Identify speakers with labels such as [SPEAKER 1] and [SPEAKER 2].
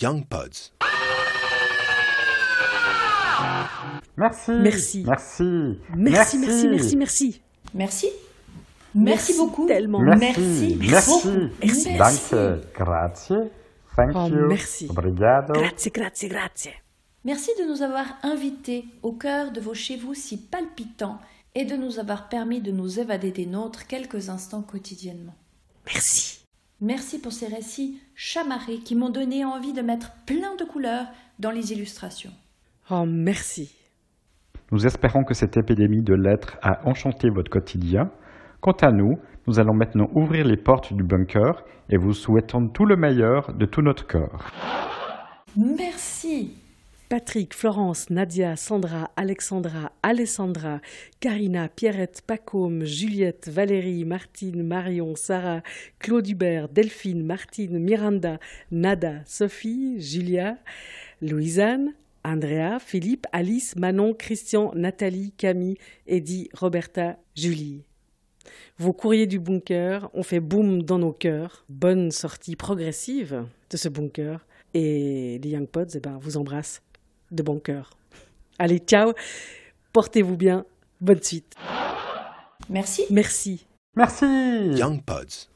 [SPEAKER 1] Young Pods.
[SPEAKER 2] Merci.
[SPEAKER 3] Merci.
[SPEAKER 2] Merci.
[SPEAKER 3] Merci, merci, merci, merci.
[SPEAKER 4] Merci. Merci, beaucoup.
[SPEAKER 3] Tellement.
[SPEAKER 2] Merci.
[SPEAKER 4] Merci.
[SPEAKER 2] Merci.
[SPEAKER 4] Merci.
[SPEAKER 2] Danke. Grazie. Thank
[SPEAKER 3] Oh,
[SPEAKER 2] you.
[SPEAKER 3] merci.
[SPEAKER 2] Obrigado.
[SPEAKER 3] Grazie, grazie, grazie.
[SPEAKER 4] Merci de nous avoir invités au cœur de vos chez vous si palpitants et de nous avoir permis de nous évader des nôtres quelques instants quotidiennement.
[SPEAKER 3] Merci.
[SPEAKER 4] Merci pour ces récits chamarrés qui m'ont donné envie de mettre plein de couleurs dans les illustrations.
[SPEAKER 3] Oh, merci.
[SPEAKER 5] Nous espérons que cette épidémie de lettres a enchanté votre quotidien. Quant à nous, nous allons maintenant ouvrir les portes du bunker et vous souhaitons tout le meilleur de tout notre corps.
[SPEAKER 4] Merci.
[SPEAKER 3] Patrick, Florence, Nadia, Sandra, Alexandra, Alessandra, Karina, Pierrette, Pacôme, Juliette, Valérie, Martine, Marion, Sarah, Claude Hubert, Delphine, Martine, Miranda, Nada, Sophie, Julia, Louisanne, Andrea, Philippe, Alice, Manon, Christian, Nathalie, Camille, Eddie, Roberta, Julie. Vos courriers du bunker ont fait boum dans nos cœurs. Bonne sortie progressive de ce bunker. Et les Young Pods eh ben, vous embrassent de bon cœur. Allez, ciao, portez-vous bien, bonne suite.
[SPEAKER 4] Merci.
[SPEAKER 3] Merci.
[SPEAKER 2] Merci.
[SPEAKER 1] Young Pods.